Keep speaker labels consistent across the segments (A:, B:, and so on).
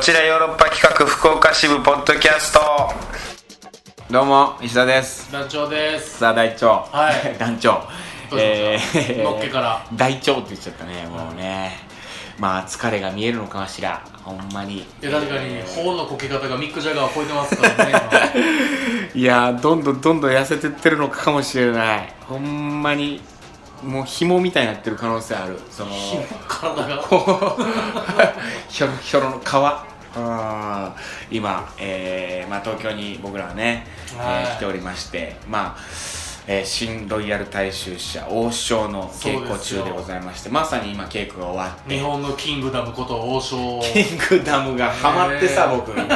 A: ちらヨーロッパ企画福岡支部ポッドキャストどうも石田です
B: 団長です
A: さあ大長
B: は い
A: 団長
B: どうしました
A: ー
B: のっけから
A: 大長って言っちゃったねもうねまあ疲れが見えるのかしらほんまに
B: いや確かに頬のこけ方がミック・ジャガーを超えてますからね
A: いやーどんどんどんどん痩せてってるのかもしれないほんまにもう紐みたいになってる可能性あるその
B: 今体が
A: こう ひょろひょろの皮うん今、えーまあ、東京に僕らはね、えー
B: はい
A: 来ておりましてまあえー新ロイヤル大衆社王将の稽古中でございましてまさに今稽古が終わって
B: 日本のキングダムこと王将
A: キングダムがハマってさ、
B: ね
A: 僕今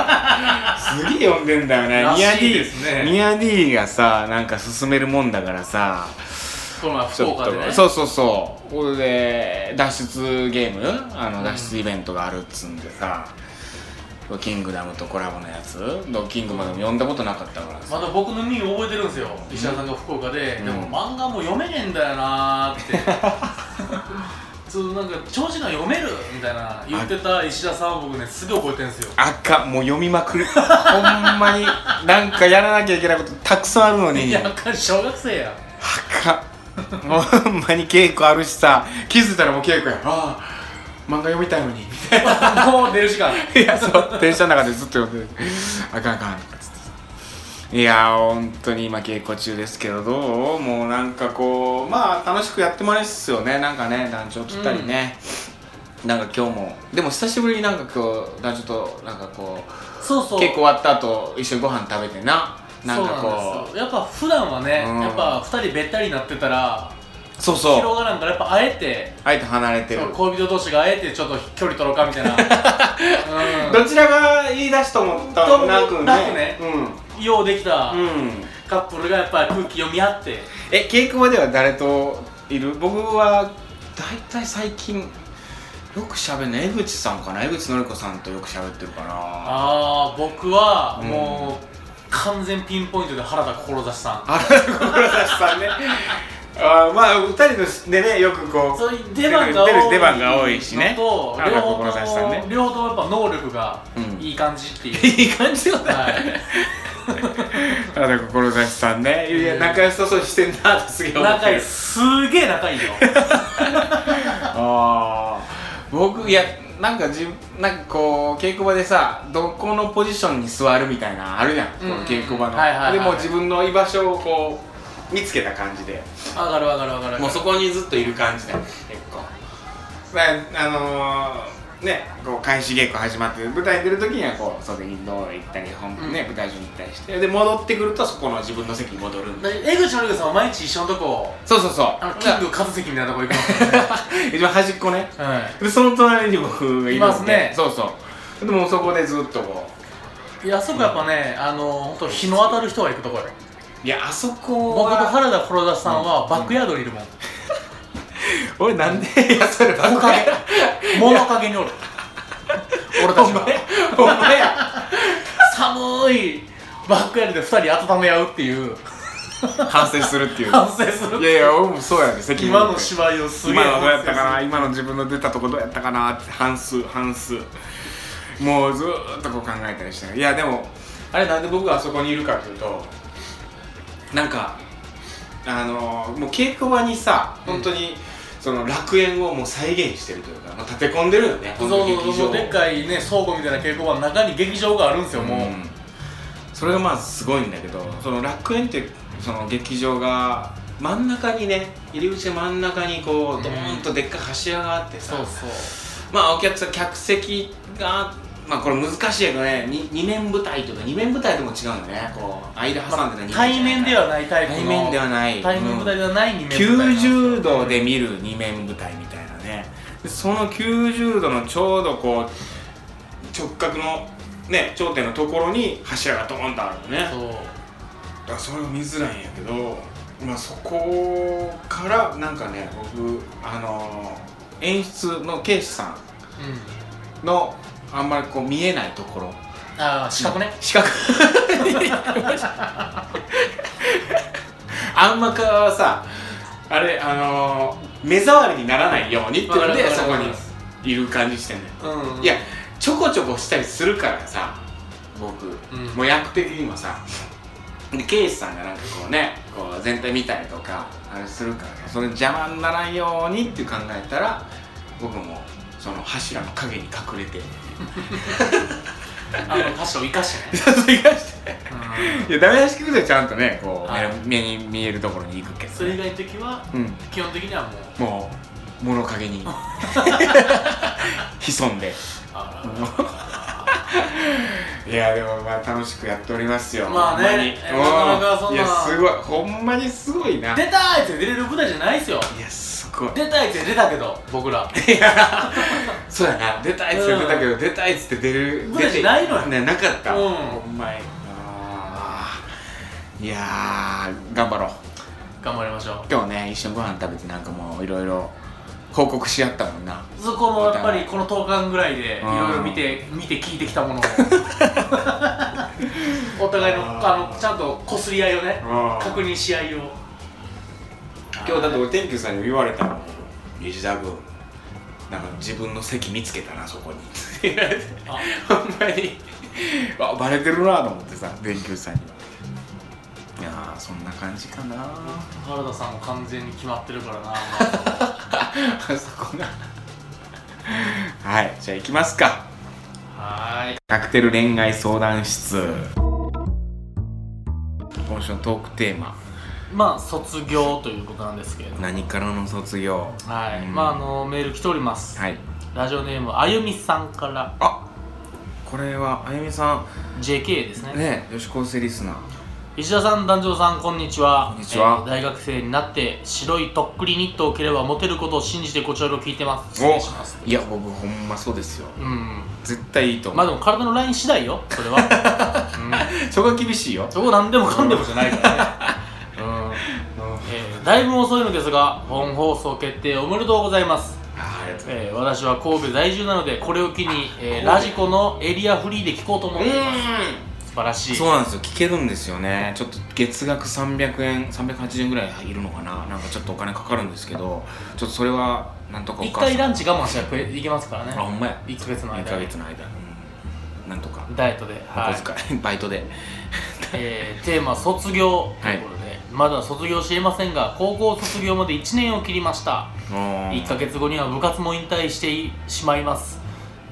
A: すげえ読んでんだよね
B: ら
A: ミヤ
B: しい
A: D
B: ですね
A: ミヤ D がさなんか進めるもんだからさ
B: この前
A: ち
B: 福
A: ょっ
B: 岡
A: と
B: でね
A: そうそうそうこれで脱出ゲームあの脱出イベントがあるっつんでさ、キングダムとコラボのやつのキングまでも読んだことなかったから
B: ま
A: さ、
B: だ僕の耳覚えてるんですよ石田さんが福岡で、
A: うん
B: でも漫画も読めねえんだよなーって そのなんか長寿の読めるみたいな言ってた石田さんを僕ねすぐ覚えてるんですよ
A: あかんもう読みまくる ほんまになんかやらなきゃいけないことたくさんあるの
B: い
A: に
B: や
A: あ
B: あかん小学生や
A: かんほんまに稽古あるしさ気づいたらもう稽古やああ漫画読みたいのにみたい
B: もう出 る時間
A: ないやそう電車の中でずっと読んでるあかんあかんつっていやー本当に今稽古中ですけどどうもうなんかこうまあ楽しくやってもらえっすよねなんかね団長とったりね、なんか今日もでも久しぶりになんか今日団長となんかこう
B: そうそう
A: 稽古終わった後一緒にご飯食べてななんか
B: そうなん
A: こ
B: ですよやっぱ普段はね、
A: うん
B: やっぱ2人べったりになってたら
A: うそうそう
B: 広がらんからやっぱあえて
A: あえて離れてる
B: そう恋人同士があえてちょっと距離取ろうかみたいな、
A: どちらが言い出しと思ったの
B: と
A: なくね
B: なくねうん、ようできた
A: うん、うん
B: カップルがやっぱり空気読み合って
A: え稽古場では誰といる僕は大体最近よく喋るの江口さんかな江口のりこさんとよく喋ってるかなあ
B: ああ僕は
A: うん
B: もう、完全ピンポイントで原田志さん
A: ら志さんねあーまあ二人でねよくこう
B: そういう出番が多
A: 出
B: い
A: る出番が多いしね
B: のと
A: 原
B: 両
A: 田
B: 方
A: 志さん
B: と
A: ね
B: も両方ともやっぱ能力が
A: うん
B: いい感じっていう、
A: いい感じだね
B: はい
A: 原田志さんねいや
B: うん
A: 仲良さそうにしてんなってすげえ思って
B: 仲
A: る
B: いいすげえ仲いい よ
A: ああ僕いやなんかじなんかこう稽古場でさどこのポジションに座るみたいなのあるやん、
B: うん
A: この稽古場の、
B: はいはいはい
A: でもう自分の居場所をこう見つけた感じで
B: 上がる上がる上がる
A: もうそこにずっといる感じだ結構だあのー、ねこう開始稽古始まって舞台に出る時にはこう袖にどう行ったり本、
B: うん
A: ね舞台上に行ったりしてで戻ってくるとそこの自分の席に戻るんで
B: だ江口のりこさんは毎日一緒のとこ
A: そうそうそう
B: あのキング和樹みたいなとこ行くますよね
A: 一番端っこね
B: は
A: でその隣に僕がいるので
B: いますね
A: そうそうでもうそこでずっとこ
B: いいやあそこやっぱね、あの本当日の当たる人が行くとこよ
A: ういやあそこ
B: 僕と
A: は
B: 原田転田さんは
A: うん
B: バックヤードにいるもん、
A: 俺なんでいやそればっ
B: 木
A: かり
B: 陰物陰におる俺たちは
A: お前や
B: 寒いバックヤードで2人温め合うっていう
A: 反省するっていう
B: 反省する
A: いやいや俺もそうやね責任
B: 今の芝居をすげえ
A: 今のどうやったかな
B: 反省
A: 今の自分の出たとこどうやったかなって半数半数もうずーっとこう考えたりしていやでもあれなんで僕があそこにいるかというとなんかあのーもう稽古場にさ本当に、その楽園をもう再現してるというか、まあ、立て込んでるよね
B: す
A: 本
B: る
A: 当に
B: そうそう
A: 劇
B: そ
A: 場
B: うでっかいね倉庫みたいな稽古場の中に劇場があるんですよ、
A: うん
B: もう
A: それがまあすごいんだけどその楽園ってその劇場が真ん中にね入り口の真ん中にこうドーンとでっかい柱があってさ、
B: そうそう
A: まあお客さん客席がまあこれ難しいけどね 2, 二面舞台というか2面舞台とも違うんだねこう間挟んでない、
B: 対面ではないタイプの
A: 対面ではない
B: 対面舞台ではない2面舞台なんですよ
A: 90度で見る2面舞台みたいなねでその90度のちょうどこう直角のね頂点のところに柱がドーンとあるのね
B: そう
A: だからそれが見づらいんやけど、まあ、そこからなんかね僕あのー演出の圭司さ
B: うん
A: んのあんまりこう見えないところ
B: ああ資格ね
A: 四角 あんまかはさあれあのー目障りにならないようにっていうの
B: わか
A: で
B: るわ
A: そ
B: か
A: こ
B: るわかります
A: にいる感じしてんね
B: うん
A: いやちょこちょこしたりするからさ僕、
B: ん
A: もう役的にもさでケイスさんがなんかこうねこう全体見たりとかあれするからその邪魔にならんようにって考えたら僕もその柱の陰に隠れて
B: あの歌詞を生かしてね
A: そうそう生かして
B: うん
A: いやダメ出し聞くぜちゃんとねこう、
B: はい
A: 目に目に見えるところに行くけど、
B: それ以外の時は
A: うん
B: 基本的にはもう
A: もう物陰に 潜んで
B: あ
A: いやでもまあ楽しくやっておりますよ
B: まあね
A: ほんに
B: なかなかそんな
A: うんいやすごいほんまにすごいな
B: ら
A: い
B: 出たーって出れる舞台じゃないですよ
A: やすごい
B: 出たいって出たけど僕ら
A: そうやな出たいっつって出たけど、出たいっつって出る
B: 出てないのよ
A: ねなかった、
B: うん
A: ほんまにあーいやー頑張ろう
B: 頑張りましょ
A: 今日ね一緒にご飯食べてなんかもういろいろ報告し合ったもんな
B: うそこもやっぱりこの10日間ぐらいでい
A: うん
B: ろいろ見て見て聞いてきた ものをお互いのあのちゃんとこすり合いをね
A: うん
B: 確認し合いを
A: 今日だって俺天球さんに言われたもん西田君なんか自分の席見つけたなそこに
B: あ
A: ほんまにあバレてるなと思ってさ天球さんにはいやーそんな感じかな
B: 原田さんも完全に決まってるからな
A: あそこが はいじゃあ行きますか
B: はーい
A: カクテル恋愛相談室今週のトークテーマ
B: まあ卒業ということなんですけれども
A: 何からの卒業
B: はい、
A: うん
B: まああのメール来ております、
A: はい
B: ラジオネームあゆみさんから
A: あこれはあゆみさ
B: JK ですね
A: んね女子高生リスナー
B: 石田さん男女さんこんにちは
A: こんにちは
B: えー大学生になって白いとっくりニットを着ればモテることを信じてこちらを聞いてます失礼します
A: いや僕ほんまそうですよ
B: うん
A: 絶対いいと思
B: まあ
A: う、
B: でも体のライン次第よそれ は、
A: そこが厳しいよ
B: うん、そこ何でもかんでもじゃないからね うん、えーだいぶ遅いのですが本放送決定おめでとうございます
A: あありがとう
B: えー私は神戸在住なのでこれを機に、えーラジコのエリアフリーで聞こうと思っています素晴らしい
A: そうなんですよ聞けるんですよねちょっと月額300円380円ぐらいいるのかななんかちょっとお金かかるんですけどちょっとそれはなんとかお
B: 一
A: 母さん
B: 回ランチ我慢しちゃ食えいけますからね
A: あほんまや
B: 1ヶ月の
A: 1
B: 間
A: ヶ
B: に
A: 月の間、うん、なんとか
B: ダイエットで、は
A: お
B: い
A: 小遣い バイトで
B: えーテーマ「卒業」ということで、まだ卒業していませんが高校卒業まで1年を切りました
A: 1
B: 1ヶ月後には部活も引退してしまいます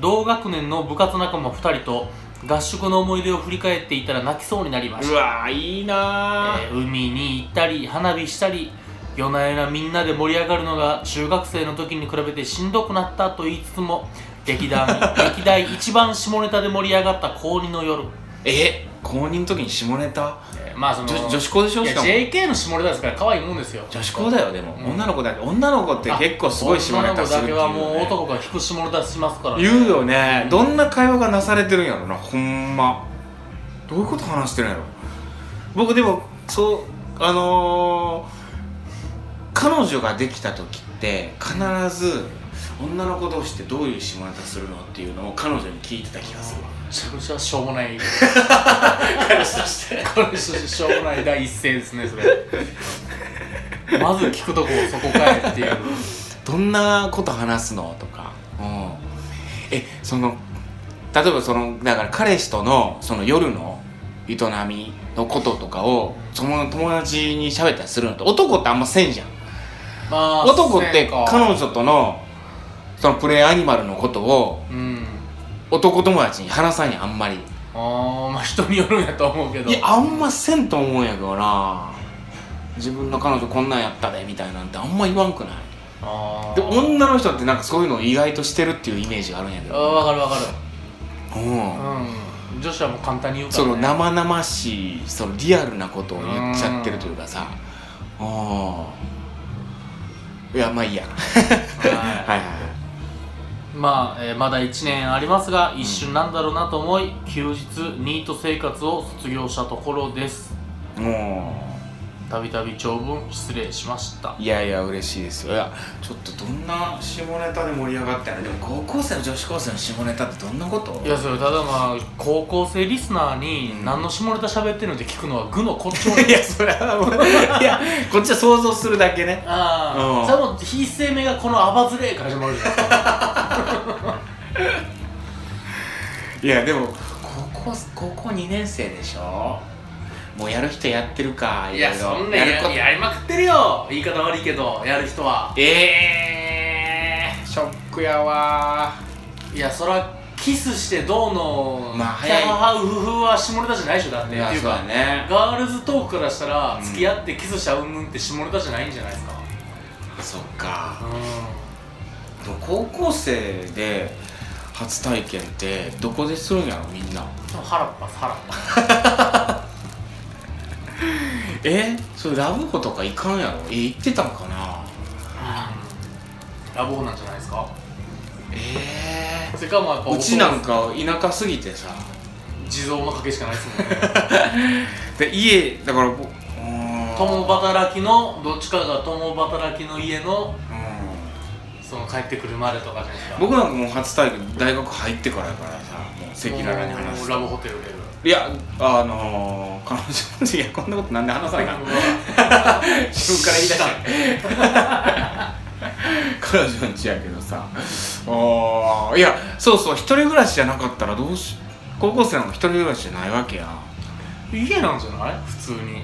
B: 同学年の部活仲間2人と合宿の思い出を振り返っていたら泣きそうになりました
A: うわーいいな
B: えー海に行ったり花火したり夜な夜なみんなで盛り上がるのが中学生の時に比べてしんどくなったと言いつつも 歴代歴代一番下ネタで盛り上がった高2の夜、
A: ーえ公認の時に下ネタ
B: えーまあその
A: 女女子校でしょ
B: い
A: し
B: や
A: かも
B: JK の下ネタですから可愛いもんですよ
A: 女子校だよでも、
B: うん
A: 女の子だって女の子って結構すごい下ネタするっていう、ね、
B: 女の子だけはもう男が引く下ネタしますから、
A: 言うよねどんな会話がなされてるんやろなほんまどういうこと話してるんやろ僕でもそうあのー、彼女ができた時って必ず女の子同士ってどういう下ネタするのっていうのを彼女に聞いてた気がするわ
B: めちゃくちゃしょうもない彼氏として彼氏としてしょうもない第一声ですねそれまず聞くとこをそこかいっていう
A: どんなこと話すのとか、うん、えその例えばそのだから彼氏とのその夜の営みのこととかをその友達に喋ったりするのって男ってあんませんじゃん
B: まあ
A: 男っ
B: せ
A: て
B: んか
A: 彼女とのそのプレイアニマルのことを
B: うん
A: 男友達に話さんやんあんまり
B: あーまあ人によるんやと思うけど
A: いやあんませんと思うんやけどな自分の彼女こんなんやったでみたいなんてあんま言わんくない
B: あー
A: で女の人ってなんかそういうのを意外としてるっていうイメージがあるんやけ
B: あ
A: ど
B: ーわかるわかる
A: うん
B: うん女子はもう簡単に言うか
A: そ
B: ら、
A: の
B: ね、
A: 生々しいそのリアルなことを言っちゃってるというかさああいやまあいいや
B: は い
A: はいはい
B: まあ、えーまだ1年ありますが一瞬なんだろうなと思い、休日ニート生活を卒業したところです
A: はいも
B: たびたび長文失礼しました
A: ういやいや嬉しいですよいやちょっとどんな下ネタで盛り上がったやろでも高校生の女子高生の下ネタってどんなこと
B: いやそれただまあ高校生リスナーに何の下ネタ喋ってるのって聞くのは愚の骨頂
A: いやそれはもういやこっちは想像するだけね
B: あ
A: うん
B: あそれはもう非生命がこのアバズレから始まるじゃないですか
A: いやでも高校高校2年生でしょもうやる人やってるか
B: いや
A: ろろ
B: そんなん
A: やる
B: や
A: こ
B: やりまくってるよ言い方悪いけどやる人は
A: ええー、ショックやわ
B: いやそらキスしてどうの
A: まあ
B: キャ
A: 早い
B: ハハウフフは下ネタじゃないでしょだって
A: ー
B: っていう
A: そうだ
B: か
A: ね
B: ガールズトークからしたら
A: うん
B: 付き合ってキスしたうんぬんって下ネタじゃないんじゃないですか
A: そっか
B: う
A: でも高校生で初体験ってどこでするんやろみんなん
B: 腹っぱ腹っぱ
A: えそれラブホとか行かんやろえ行ってたんかな
B: ラボーなんじゃないですか
A: え
B: それかまあやっぱ
A: えうちなんか田舎すぎてさ
B: 地蔵の賭けしかないですも んね
A: で家だからぼ
B: 共働きのどっちかが共働きの家の
A: うん
B: その帰ってくるまでとかじゃないですか
A: 僕なんかもう初体験大学入ってからやからさもう赤裸々に話
B: も
A: す
B: うラブホテルで
A: いやあのー、彼女いやこんなことなんで話さないかな自分から言い出した彼女ん家やけどさあーいやそうそう一人暮らしじゃなかったらどうし高校生なんか一人暮らしじゃないわけや
B: 家なんじゃない普通に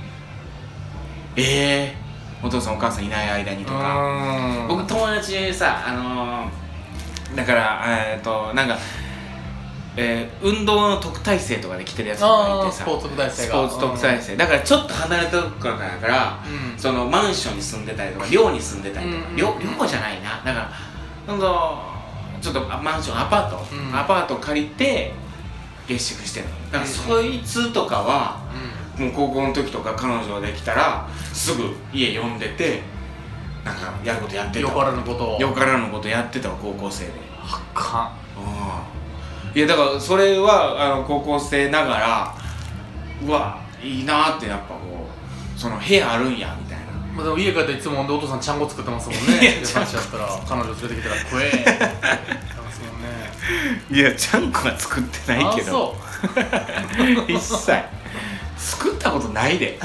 A: ええお父さんお母さんいない間にとか
B: か
A: 僕友達でさあのー、だからえっとなんか、えー運動の特待生とかで来てるやつとか
B: あ
A: い
B: あ
A: て
B: ス
A: さ
B: ポーツ特待生
A: ス
B: が
A: ポーツ特待生だからちょっと離れたとこからだから、
B: うん
A: そのマンションに住んでたりとか寮に住んでたりとか、
B: うん
A: 寮寮じゃないなだからなんかちょっとマンションアパート、
B: うん
A: アパート借りて月食してるのだからそいつとかは、
B: う
A: もう高校の時とか彼女ができたらすぐ家呼んでてなんかやることやって
B: ん
A: た
B: よからぬことを
A: よからぬことやってたわ高校生で
B: あか
A: うんいやだからそれはあの高校生ながらうわいいなってやっぱこうその部屋あるんやみたいなん
B: まあでも家帰っていつもほんでお父さんちゃんこ作ってますもん
A: い
B: ね
A: や
B: って話やったら彼女連れてきたら 食えって言ってますも
A: い
B: んね
A: やちゃんこは作ってないけど
B: あ
A: 一切作ったことないで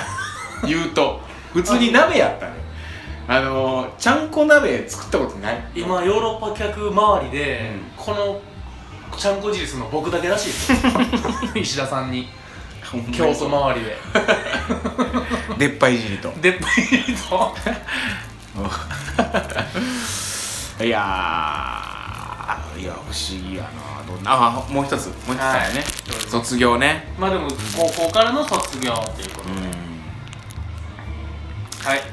A: 言うと普通に鍋やったねあのちゃんこ鍋作ったことない
B: そう今ヨーロッパ客周りで、
A: うん
B: このちゃんこじりするの僕だけらしい ですよ石田さんに京都周りで
A: 出っ歯いじりと
B: でっぱいと
A: いやーいや不思議やなどんなあもう一つもう一つだよね、卒業ね
B: まあでも高校からの卒業っていうこと
A: うんいい
B: はい
A: な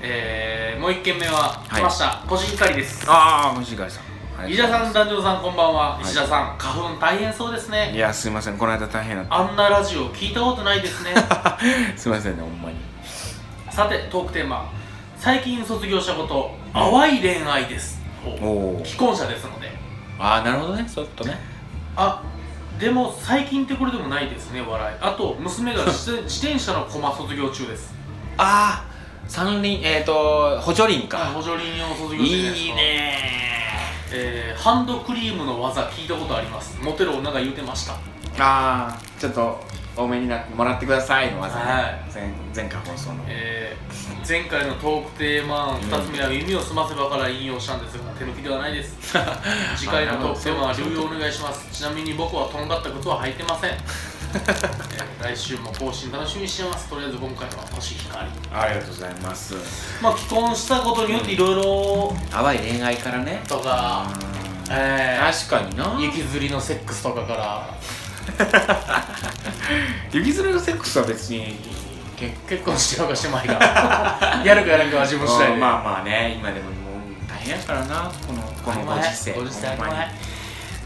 B: えー、もう一件目は、
A: はい
B: 来ましたコシヒカリです
A: ああ藤川さん
B: 石田さん団長さんこんばんは
A: はい
B: 石田さん、花粉大変そうです
A: い
B: ね
A: やすいませんこの間大変だっ
B: あんなラジオ聞いたことないで すね
A: た すいませんねほんまに
B: さてトークテーマ最近卒業したこと淡い恋愛です
A: お
B: お
A: お
B: 既婚者ですので
A: ああなるほどねちょっとね
B: あでも最近ってこれでもないですね笑いあと娘が 自自転車の駒卒業中です
A: ああ三輪えっ、ー、と補助輪
B: はい
A: か
B: 補助輪を卒業中です
A: いいね
B: えーハンドクリームの技聞いたことありますモテる女が言うてました
A: ーああちょっと多めになってもらってくださいの技ね、
B: はい
A: 前前回放送の
B: えー前回のトークテーマ2つ目は耳を澄ませばから引用したんですが手抜きではないです 次回のトークテーマは留意をお願いしますちなみに僕はとんがった靴は履いてま せん、えー来週も更新楽しみにしてますとりあえず今回は星光
A: ありがとうございます
B: まあ既婚したことによっていろいろ
A: 淡い恋愛からね
B: とか、えー
A: 確かにな
B: 雪吊りのセックスとかから
A: 雪ずれのセックスは別に結
B: 結婚してようかしてま いかやるかやらんかは自分次第で
A: まあまあね今でももう大変やからなこのこのご時世
B: ご時世
A: ほんまに
B: ごめん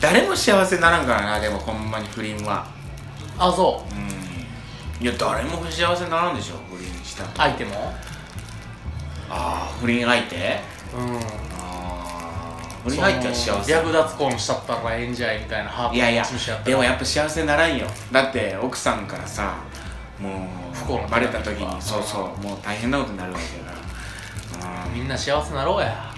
A: 誰も幸せにならんからなでもほんまに不倫は
B: あそう
A: うんいや誰も幸せにならんでしょ不倫したと
B: 相手も
A: ああ不倫相手
B: うん
A: ああ不倫相手は幸せ
B: 略奪婚しちゃったらええんじゃいみたいなハープ
A: いやいや
B: 潰しちゃったら
A: でもやっぱ幸せにならんよだって奥さんからさもう
B: 不幸の手紙
A: バレた時に
B: か
A: そうそうもう大変なことになるわけだからうん
B: みんな幸せなろ うや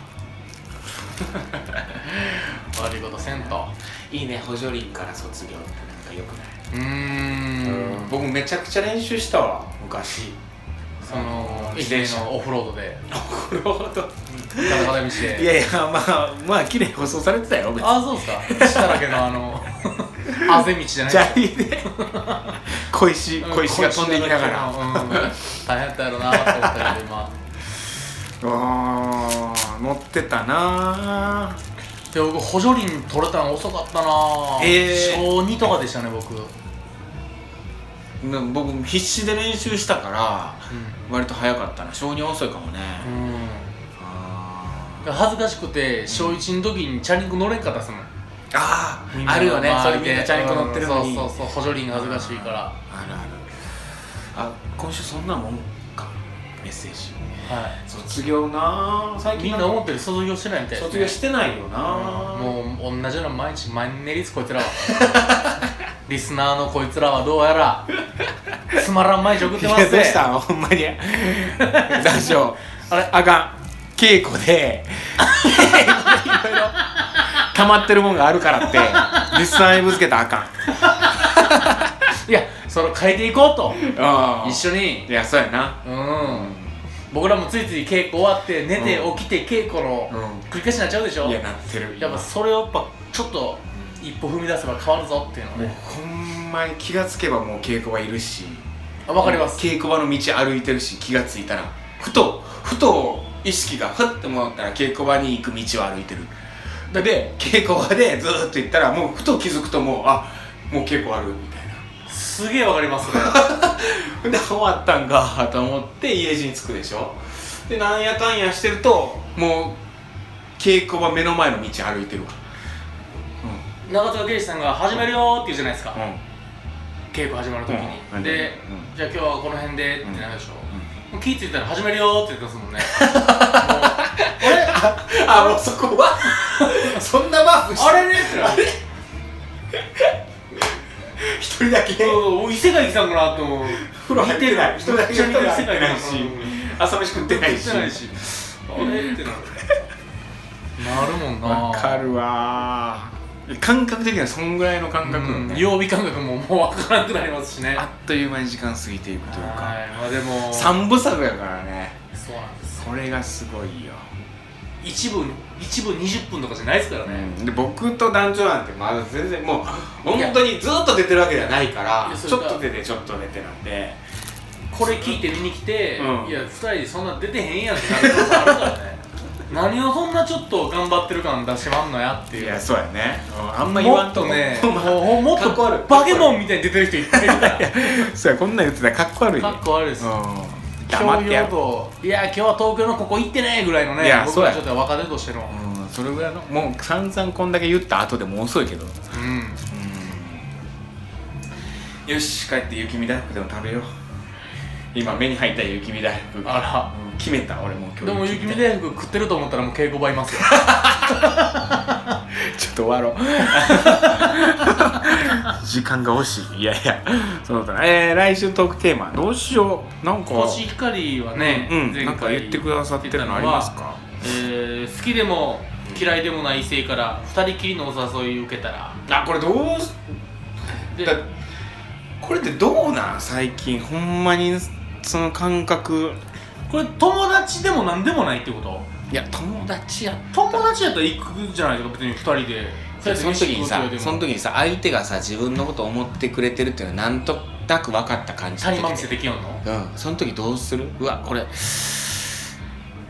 B: 悪いことせんと
A: いいね補助輪から卒業ってなんかよくないう
B: ーん
A: うん僕めちゃくちゃ練習したわ 昔
B: その
A: 自
B: 駅
A: 転
B: 伝
A: 車
B: のオフロードで
A: なるほど
B: ガタガタ道
A: い
B: で
A: やいやまあまあ綺麗に舗装されてたよ別に
B: ああそうっすか血だらけのあのあぜ道じゃない
A: 砂利で小石小石が飛んでいきながら
B: うん大変やったやろなと思ったけど今
A: あー乗ってたな
B: で僕補助輪取れたの遅かったな
A: えー
B: 小2とかでしたね僕、うん、
A: な僕必死で練習したから割と早かったな小2遅いかもね、あー
B: 恥ずかしくて小1の時にチャリンコ乗れんかったっすもん
A: あ
B: み
A: ー
B: んな
A: あるよねそ
B: 周
A: れ
B: りで
A: みんなチャリンコ乗ってるのに、
B: うんそうそうそう補助輪が恥ずかしいからは
A: あるあるあ今週そんなもんかメッセージ卒業な最
B: いみんな思ってる卒業してないみたいです、ね、
A: 卒業してないよな、
B: もう同じような毎日マンネリですこいつらはリスナーのこいつらはどうやらつまらん毎日送ってま
A: いや
B: す
A: どう
B: ね
A: したんほんま に大将あれあかん稽古 でいろいろ溜まってるもんがあるから ってリスナーにぶつけたらあかん
B: いやそれを変えていこうと
A: あ
B: 一緒に
A: いやそうやな
B: うん僕らもついつい稽古終わって寝て
A: うん
B: 起きて稽古の
A: うん
B: 繰り返しになっちゃうでしょ、
A: いやなってる
B: やっぱそれをやっぱちょっと一歩踏み出せば変わるぞっていうの
A: もう
B: ね、
A: ほんまに気がつけばもう稽古場いるし
B: あわかります
A: 稽古場の道歩いてるし気がついたらふとふと意識がふって戻ったら稽古場に行く道を歩いてるでで稽古場でずーっと行ったらもうふと気づくともうあもう稽古あるみたいな
B: すげえわかりますね
A: で終わったんかと思って家路に着くでしょでなんやかんやしてるともう稽古場目の前の道歩いてるわ
B: 長塚圭史さんが「始めるよ」って言うじゃないですか、
A: うんうん
B: 稽古始まるときに、
A: うん
B: で、
A: う
B: じゃあ今日はこの辺でってなるでしょ、
A: う
B: もう気ぃついたら始めるよって言ってますもんね
A: あもうそこは そんなマークして
B: あれねってなる
A: 一人だけ
B: うんうん異世界来たんかなと思う
A: 風呂入ってない
B: 見てないめっちゃ似てる異世界来たんかな
A: 人だけ朝飯食ってないし
B: 来てないしあれってなるなるもんな
A: わかるわー感覚的にはそんぐらいの感覚な
B: うん
A: んだね
B: 曜日感覚ももう分からなくなりますしね
A: あっという間に時間過ぎていくというか
B: はいまあでも
A: 三部作やからね
B: そうなんです
A: それがすごいよ、
B: 一部一部20分とかじゃないですからね、
A: で僕と団長なんてまだ全然もう本当にずっと出てるわけじゃないから
B: いやそ
A: ちょ
B: れが
A: っと出てちょっと出てなんで
B: これ聞いて見に来て、
A: うん
B: いや2人でそんな出てへんやんってなることあるから ね何をそんなちょっと頑張ってる感出してまんのやっていう
A: そうやね、うんあんま言
B: も
A: わん
B: っとね
A: こ
B: もうもっ
A: かっこ悪い
B: とバケモンみたいに出てる人いっぱいいるから
A: そうやこんなん言ってたらかっこ悪いね
B: かっこ悪いです
A: うん
B: 今
A: 黙っ
B: 日
A: てや
B: よ
A: る
B: といや今日は東京のここ行ってねぐらいのね
A: いや
B: 僕らち
A: そ
B: ょ
A: う
B: っと若手としての
A: うんそれぐらいのもう散々こんだけ言った後でもう遅いけど
B: うん
A: よし帰って雪見大福でも食べよう今目に入った雪見大福
B: あら
A: うん決めた俺もう今日
B: でも雪見大福食ってると思ったらもう稽古場いますよ
A: ちょっと終わろう 時間が惜しいいやいやそのとえー、来週トークテーマどうしようなんか
B: コシヒカリはね、
A: うん
B: 前回
A: なんか言ってくださってるのありますか
B: えー好きでも嫌いでもない異性から二人きりのお誘い受けたら
A: あこれどうす
B: で
A: だこれってどうなん最近ほんまにその感覚
B: これ友達でも何でもないってこと
A: いや友達や
B: 友達やったら行くじゃないですか別に二人で
A: その時にさその
B: に
A: 時にさ相手がさ自分のことを思ってくれてるっていうのはなんとなく分かった感じ
B: 谷間見せてきよんの
A: うんその時どうするうわこれ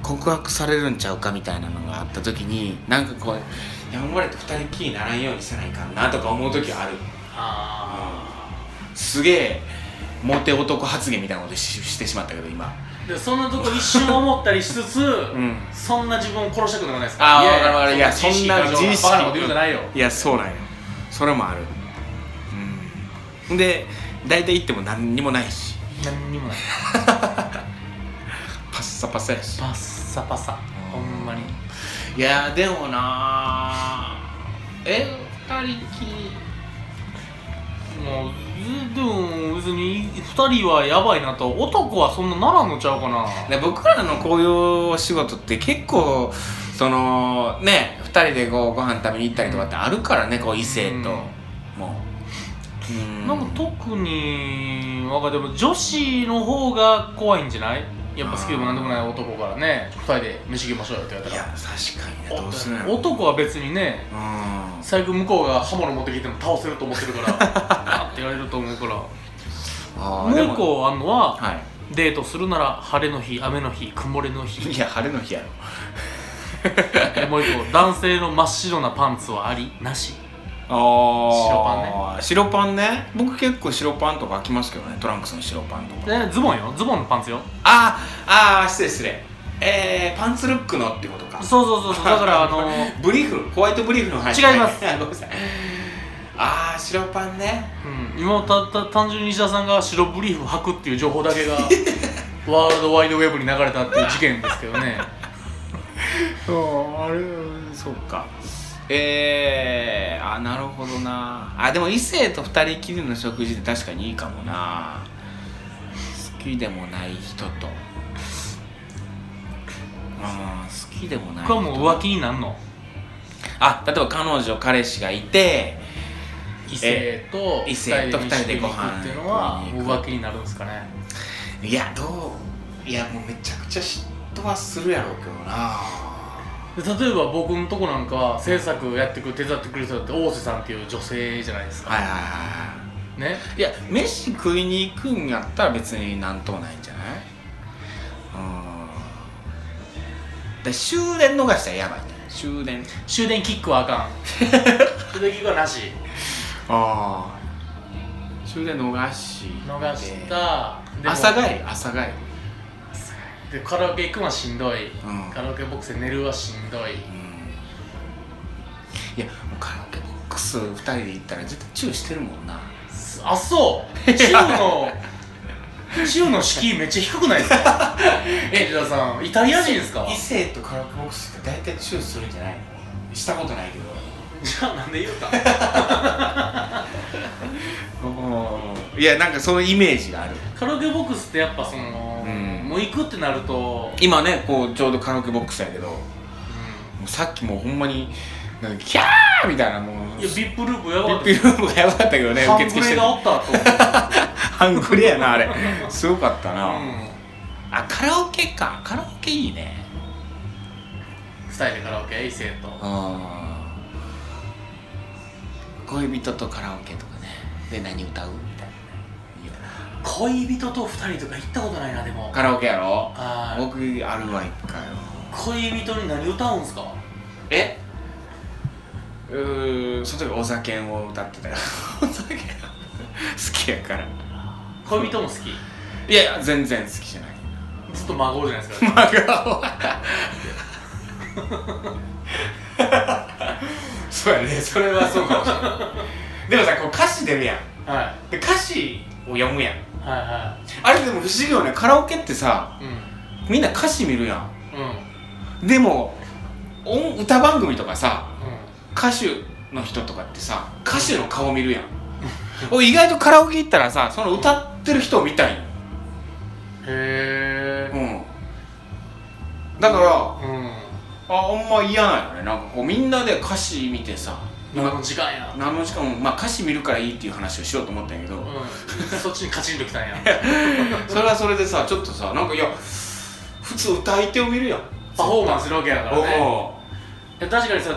A: 告白されるんちゃうかみたいなのがあった時になんかこうやんわりと二人きりにならんようにせないかんなとか思う時はある
B: あ
A: すげえモテ男発言みたいなことししてしまったけど今
B: あでそんなとこ一瞬思ったりしつつ、
A: ん
B: そんな自分を殺したくなくないです
A: あ
B: か
A: ー
B: いや
A: わかるわかる
B: い
A: い
B: や
A: や
B: そん
A: そん
B: な
A: な
B: 自意識過剰
A: 自意識
B: なバカなこと言うんじゃないよ
A: いやそうなんよそれもあるうんで大体行っても何にもないし
B: 何にもない
A: パッサパサやし
B: パッサパサほんまに
A: いやでもなえ二人きり
B: もうずでも別に二人はやばいなと男はそんなならんのちゃうかな
A: で僕らのこういうお仕事って結構そのね二人でこうご飯食べに行ったりとかってあるからねこう異性と、
B: うん
A: もううん
B: なんか特にわかるでも女子の方が怖いんじゃないやっぱ好きでもなんでもない男からね二人で飯行きましょうよって言われ
A: い
B: た
A: や
B: ら
A: 確かにね
B: お
A: どうするんやろ
B: 男は別にね
A: うん
B: 最悪向こうが刃物持ってきても倒せると思ってるから あって言われると思うから
A: あー
B: もう
A: で
B: 一個あんのは、
A: は
B: デートするなら晴れの日雨の日曇りの
A: い
B: 日
A: いや晴れの日やろ
B: でもう一個男性の真っ白なパンツはありなし
A: ああ白パンね白パンね僕結構白パンとか履きますけどねトランクスの白パンとか
B: でズボンよズボンのパンツよ
A: あーあー失礼失礼えー、パンツルックのってことか
B: そうそうそうそうだからあ のう
A: ブリーフホワイトブリーフの話
B: 違いま す
A: ごめんなさいああ白パンね
B: ん今たた単純に石田さんが白ブリーフ履くっていう情報だ けがワールドワイドウェブに流れたっていう事件ですけどね
A: そうあれそうかえー、あなるほどなあでも異性と二人きりの食事って確かにいいかもな好きでもない人とあー好きでもない
B: これはもう浮気になんの
A: あ例えば彼女彼氏がいて
B: 異性と
A: 異性と二人でご飯
B: 一緒に行くっていうのは
A: 食いに行く
B: 浮気になるんですかね
A: いやどういやもうめちゃくちゃ嫉妬はするやろうけどな
B: で例えば僕のとこなんか制作やってくれ手伝ってくれる人だって大瀬さんっていう女性じゃないですか
A: はいはいはいはい
B: ね
A: いや飯食いに行くんやったら別になんともないんじゃないうんで終電逃したらやばいね終電
B: 終電キックはあか ん終電キックはなし
A: ああ終電逃し
B: 逃したでも
A: 朝帰り朝帰り
B: でカラオケ行くのはしんどい、
A: うん
B: カラオケボックスで寝るはしんどい
A: うんいやもうカラオケボックス2人で行ったら絶対チューしてるもんな
B: すあそうチューのチューの敷居めっちゃ低くないですか えジ田さんイタリア人ですか
A: 異性とカラオケボックスって大体チューするんじゃないのしたことないけど
B: じゃあなんで言うか
A: いやなんかそういうイメージがある
B: カラオケボックスってやっぱその、
A: うん
B: もう行くってなると、
A: 今ねこうちょうどカラオケボックスやけどもうさっきもうほんまになんかキャーみたいなもう
B: いやビップループやば
A: ピ
B: か
A: ッ
B: った
A: ピルームがやばかったけどね受
B: 半
A: 付
B: グ
A: して
B: レ
A: る
B: がおったと思
A: ハングレやなあれすごかったな、
B: う、うん、
A: あカラオケかカラオケいいね
B: 2人でカラオケ異性と
A: あー恋人とカラオケとかねで何歌うみたいないいよな
B: 恋人と2人とか行ったことないなでも
A: カラオケやろ
B: あー
A: 僕あるわ一回
B: 恋人に何歌うんすか
A: えうーその時お酒を歌ってたよ お酒好きやから
B: 恋人も好き
A: いやいや全然好きじゃない
B: ずっと孫じゃないで すか
A: 真顔そうやねそれはそうかもしれないでもさこう歌詞出るやん
B: はい
A: で歌詞を読むやん
B: はいは
A: あれでも不思議よねカラオケってさ
B: いうん
A: みんな歌詞見るやん
B: うんうん
A: でも音歌番組とかさ歌手の人とかってさ歌手の顔見るやんお意外とカラオケ行ったらさその歌ってる人を見たいよ
B: へえ
A: うんだから
B: う
A: ああんま嫌なよねなんかこうみんなで歌詞見てさ
B: ん今の時間や
A: 何の時間も、まあ、歌詞見るからいいっていう話をしようと思ったんやけど、
B: うんそっちにカチンときたんや
A: それはそれでさちょっとさなんかいや普通歌い手を見るやん
B: パフォーマンスするわけやからね
A: お
B: いや確かにさ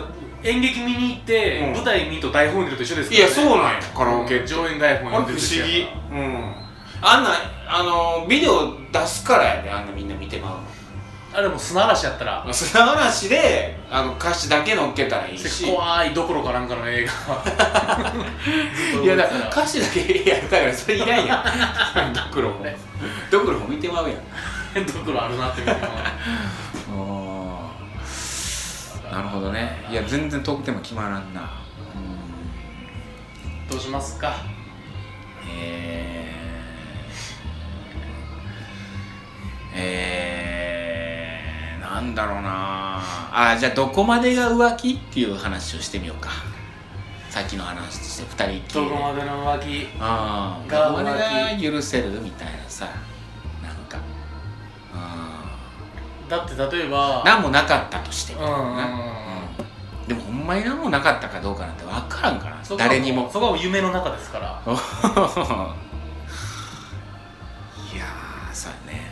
B: 演劇見に行って、
A: うん
B: 舞台見と台本見ると一緒です
A: う
B: か
A: いや
B: ら、ね、
A: そうなんやカラオケって
B: 上演台本
A: あれ不
B: 読んで
A: 思
B: る
A: 議
B: 時
A: うんあんなあのビデオ出すからやであんなみんな見てまうの
B: あれもう砂嵐やったら
A: 砂嵐であの歌詞だけ乗っけたらいいし
B: 怖いどころかなんかの映画ずっ と
A: いやだ
B: 動
A: から
B: てた
A: 歌詞だけいやだからそれいらん やんドクロもドクロも見てまうやん
B: どころあるなって見ても
A: なるほどねいや全然トークテーマ決まらんな
B: どうしますか
A: えーえーなんだろうなあじゃあどこまでが浮気っていう話をしてみようかさっきの話として2人っき
B: ど
A: りで
B: こまでの浮気
A: ああ
B: が
A: どこまでが許せるみたいなさなんかあ
B: だって例えば
A: あ何もなかったとして
B: う
A: も
B: んうんうん
A: うんでもほんまに何もなかったかどうかなんて分からんから
B: そこは
A: 誰にも
B: そこはもう夢の中ですから
A: お いやーそうやね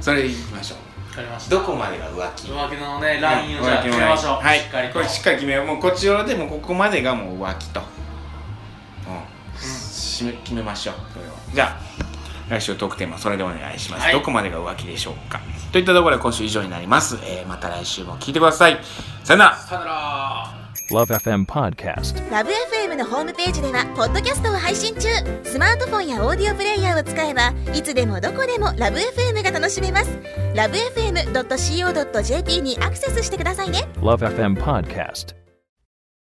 A: それいきましょう
B: わかりました
C: どこまでが浮気
B: 浮気のねラインをじゃ
A: 浮気
B: あ決
A: の
B: め
A: ライン
B: ましょう、
A: はい
B: しっかりと
A: これしっかり決めようもうこちらでもうここまでがもう浮気と、うん、しめ決めましょうそれはじゃあ来週のトークテーマはそれでお願いします、
B: はい
A: どこまでが浮気でしょうかといったところで今週以上になります、えーまた来週も聞いてくださいさよなら
B: さよなら
D: Love FM Podcast.
E: ラブ f m のホームページではポッドキャストを配信中スマートフォンやオーディオプレイヤーを使えばいつでもどこでもラブ f m が楽しめますラブ FM.co.jp にアクセスしてくださいね
D: Love FM Podcast.